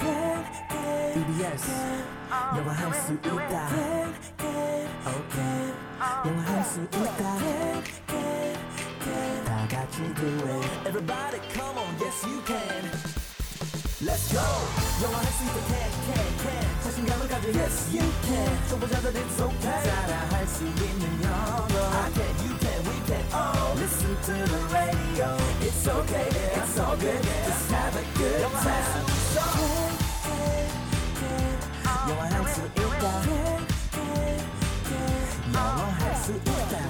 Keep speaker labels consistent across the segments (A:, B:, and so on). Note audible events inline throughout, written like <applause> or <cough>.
A: E yes 영화할 수 있다 E okay 영화할 수 있다 다 같이 do it everybody come on yes you can Let's go 영화할 수 있다 can E can can 자신감을 가져 yes you can 초보자들 it's okay 따라할 수 있는 영어 I can you can we can all listen to the radio it's okay yeah, it's all good just have a good time 영화할 수 있다 영화할 수 있다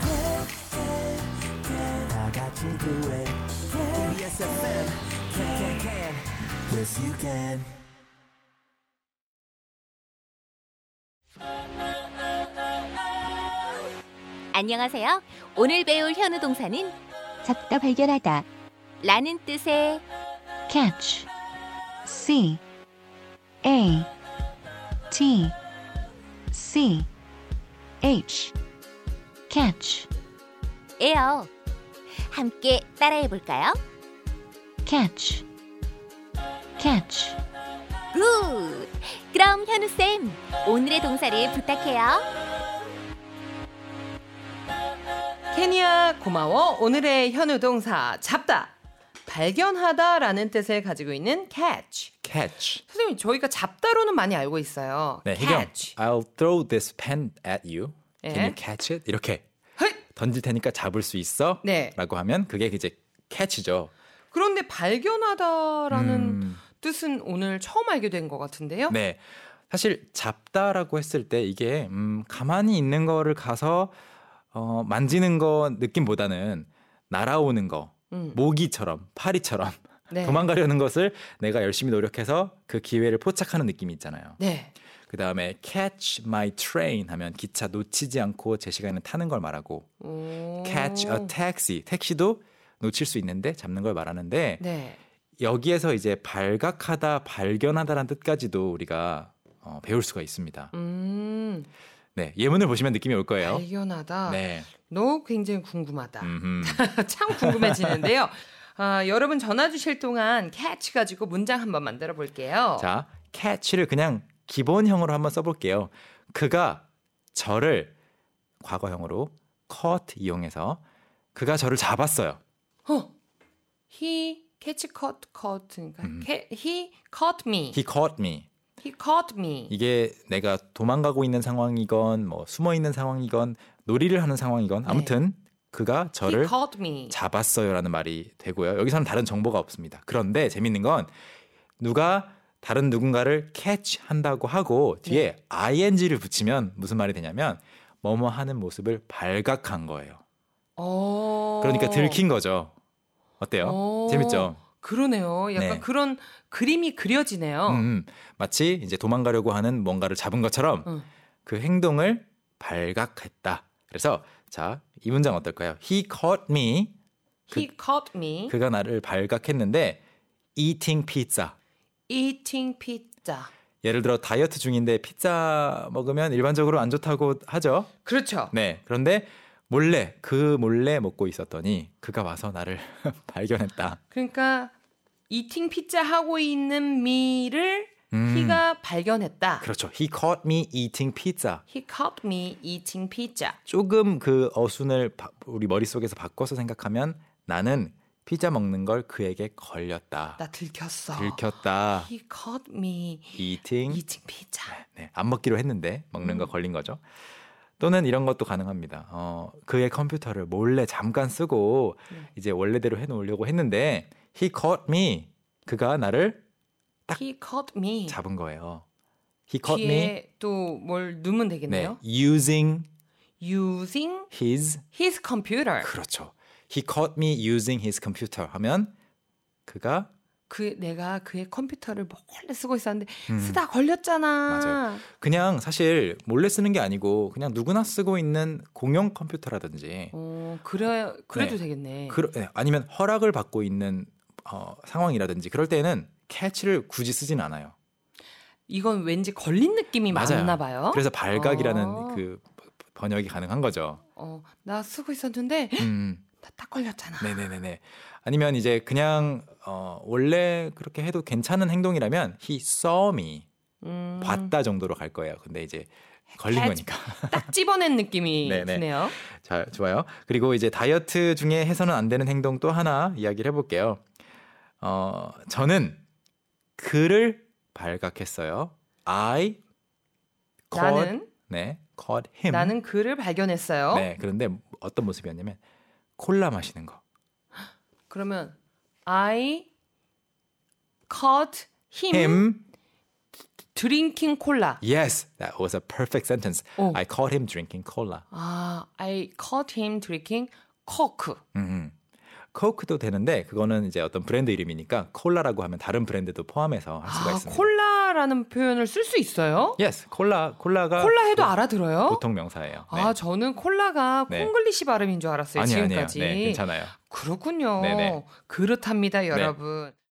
A: 다 같이 do it KBS FM can can can yes you can
B: 안녕하세요. 오늘 배울 현우 동사는
C: 잡다 발견하다
B: 라는 뜻의
C: catch c a t c h catch
B: 에요. 함께 따라해 볼까요?
C: catch catch
B: 굿! 그럼 현우쌤, 오늘의 동사를 부탁해요.
D: 케니아 고마워 오늘의 현우 동사 잡다 발견하다라는 뜻을 가지고 있는 catch
E: catch.
D: 선생님 저희가 잡다로는 많이 알고 있어요
E: 네, 혜경.
D: catch
E: I'll throw this pen at you. Can
D: 예.
E: you catch it? 이렇게
D: 헐!
E: 던질 테니까 잡을 수 있어?
D: 네.
E: 라고 하면 그게 이제 catch죠.
D: 그런데 발견하다라는
E: 음.
D: 뜻은 오늘 처음 알게 된 것 같은데요
E: 네. 사실 잡다라고 했을 때 이게 음, 가만히 있는 거를 가서 어, 만지는 거 느낌보다는 날아오는 거
D: 음,
E: 모기처럼 파리처럼
D: 네.
E: <laughs> 도망가려는 것을 내가 열심히 노력해서 그 기회를 포착하는 느낌이 있잖아요.
D: 네.
E: 그 다음에 catch my train 하면 기차 놓치지 않고 제 시간에 타는 걸 말하고
D: 오.
E: catch a taxi 택시도 놓칠 수 있는데 잡는 걸 말하는데
D: 네.
E: 여기에서 이제 발각하다 발견하다라는 뜻까지도 우리가 어, 배울 수가 있습니다.
D: 음,
E: 네 예문을 보시면 느낌이 올 거예요.
D: 발견하다.
E: 네.
D: 너 굉장히 궁금하다. <laughs>
E: 음흠.
D: 참 궁금해지는데요. 아, 여러분 전화 주실 동안 catch 가지고 문장 한번 만들어 볼게요.
E: 자 catch를 그냥 기본형으로 한번 써볼게요. 그가 저를 과거형으로 caught 이용해서 그가 저를 잡았어요.
D: 어. He catch caught caught니까
E: 음.
D: 캐- he caught me.
E: He caught me.
D: He caught me.
E: 이게 내가 도망가고 있는 상황이건 뭐 숨어 있는 상황이건 놀이를 하는 상황이건 아무튼 그가
D: He
E: 저를
D: caught me.
E: 잡았어요라는 말이 되고요. 여기서는 다른 정보가 없습니다. 그런데 재밌는 건 누가 다른 누군가를 catch 한다고 하고 뒤에 ing를 붙이면 무슨 말이 되냐면 뭐뭐 하는 모습을 발각한 거예요.
D: 어.
E: 그러니까 들킨 거죠.
D: 어.
E: 어때요? 재밌죠?
D: 그러네요. 약간
E: 네.
D: 그런 그림이 그려지네요.
E: 음, 음. 마치 이제 도망가려고 하는 뭔가를 잡은 것처럼
D: 응.
E: 그 행동을 발각했다. 그래서 자, 이 문장 어떨까요? He caught me.
D: He caught me
E: 그 그가 나를 발각했는데 eating pizza.
D: eating pizza.
E: 예를 들어 다이어트 중인데 피자 먹으면 일반적으로 안 좋다고 하죠.
D: 그렇죠.
E: 네. 그런데 몰래 그 몰래 먹고 있었더니 그가 와서 나를 <laughs> 발견했다.
D: 그러니까 이팅 피자 하고 있는 미를
E: 음.
D: 히가 발견했다.
E: 그렇죠. He caught me eating pizza.
D: He caught me eating pizza.
E: 조금 그 어순을 바- 우리 머릿속에서 바꿔서 생각하면 나는 피자 먹는 걸 그에게 걸렸다.
D: 나 들켰어.
E: 들켰다.
D: He caught me
E: eating
D: eating pizza.
E: 네, 안 먹기로 했는데 먹는
D: 음.
E: 거 걸린 거죠. 또는 이런 것도 가능합니다. 어, 그의 컴퓨터를 몰래 잠깐 쓰고
D: 네.
E: 이제 원래대로 해놓으려고 했는데 he caught me 그가 나를
D: He caught me.
E: 잡은 거예요. he caught me
D: 뒤에 또 뭘 넣으면
E: 네,
D: 되겠네요.
E: using
D: Using
E: his
D: his computer.
E: 네. 그렇죠. he caught me using his computer 하면 그가
D: 그 내가 그의 컴퓨터를 몰래 쓰고 있었는데
E: 음.
D: 쓰다 걸렸잖아.
E: 맞아요. 그냥 사실 몰래 쓰는 게 아니고 그냥 누구나 쓰고 있는 공용 컴퓨터라든지
D: 어, 그래 그래도
E: 네.
D: 되겠네.
E: 그, 네, 아니면 허락을 받고 있는 어, 상황이라든지 그럴 때는 캐치를 굳이 쓰진 않아요.
D: 이건 왠지 걸린 느낌이
E: 맞아요.
D: 많나 봐요.
E: 그래서 발각이라는
D: 어.
E: 그 번역이 가능한 거죠.
D: 어, 나 쓰고 있었는데
E: 음,
D: 나 딱 걸렸잖아.
E: 네네네네. 아니면 이제 그냥 어, 원래 그렇게 해도 괜찮은 행동이라면 he saw me
D: 음,
E: 봤다 정도로 갈 거예요. 근데 이제 걸린
D: catch.
E: 거니까.
D: <laughs> 딱 집어낸 느낌이
E: <laughs> 네네.
D: 드네요.
E: 자, 좋아요. 그리고 이제 다이어트 중에 해서는 안 되는 행동 또 하나 이야기를 해볼게요. 어, 저는 그를 발각했어요. I caught,
D: 나는
E: 네, caught him.
D: 나는 그를 발견했어요.
E: 네, 그런데 어떤 모습이었냐면 콜라 마시는 거.
D: 그러면 I caught him,
E: Him,
D: drinking cola.
E: yes, that was a perfect sentence.
D: 오.
E: I caught him drinking cola.
D: 아, I caught him drinking coke.
E: 음, 음. 코크도 되는데 그거는 이제 어떤 브랜드 이름이니까 콜라라고 하면 다른 브랜드도 포함해서 할 수가
D: 아,
E: 있습니다.
D: 콜라라는 표현을 쓸 수 있어요?
E: yes, 콜라, 콜라가
D: 콜라 해도
E: 보-
D: 알아들어요?
E: 보통 명사예요. 네.
D: 아, 저는 콜라가
E: 네.
D: 콩글리시 발음인 줄 알았어요.
E: 아니요, 아니에요.
D: 지금까지.
E: 네, 괜찮아요.
D: 그렇군요.
E: 네네.
D: 그렇답니다, 여러분.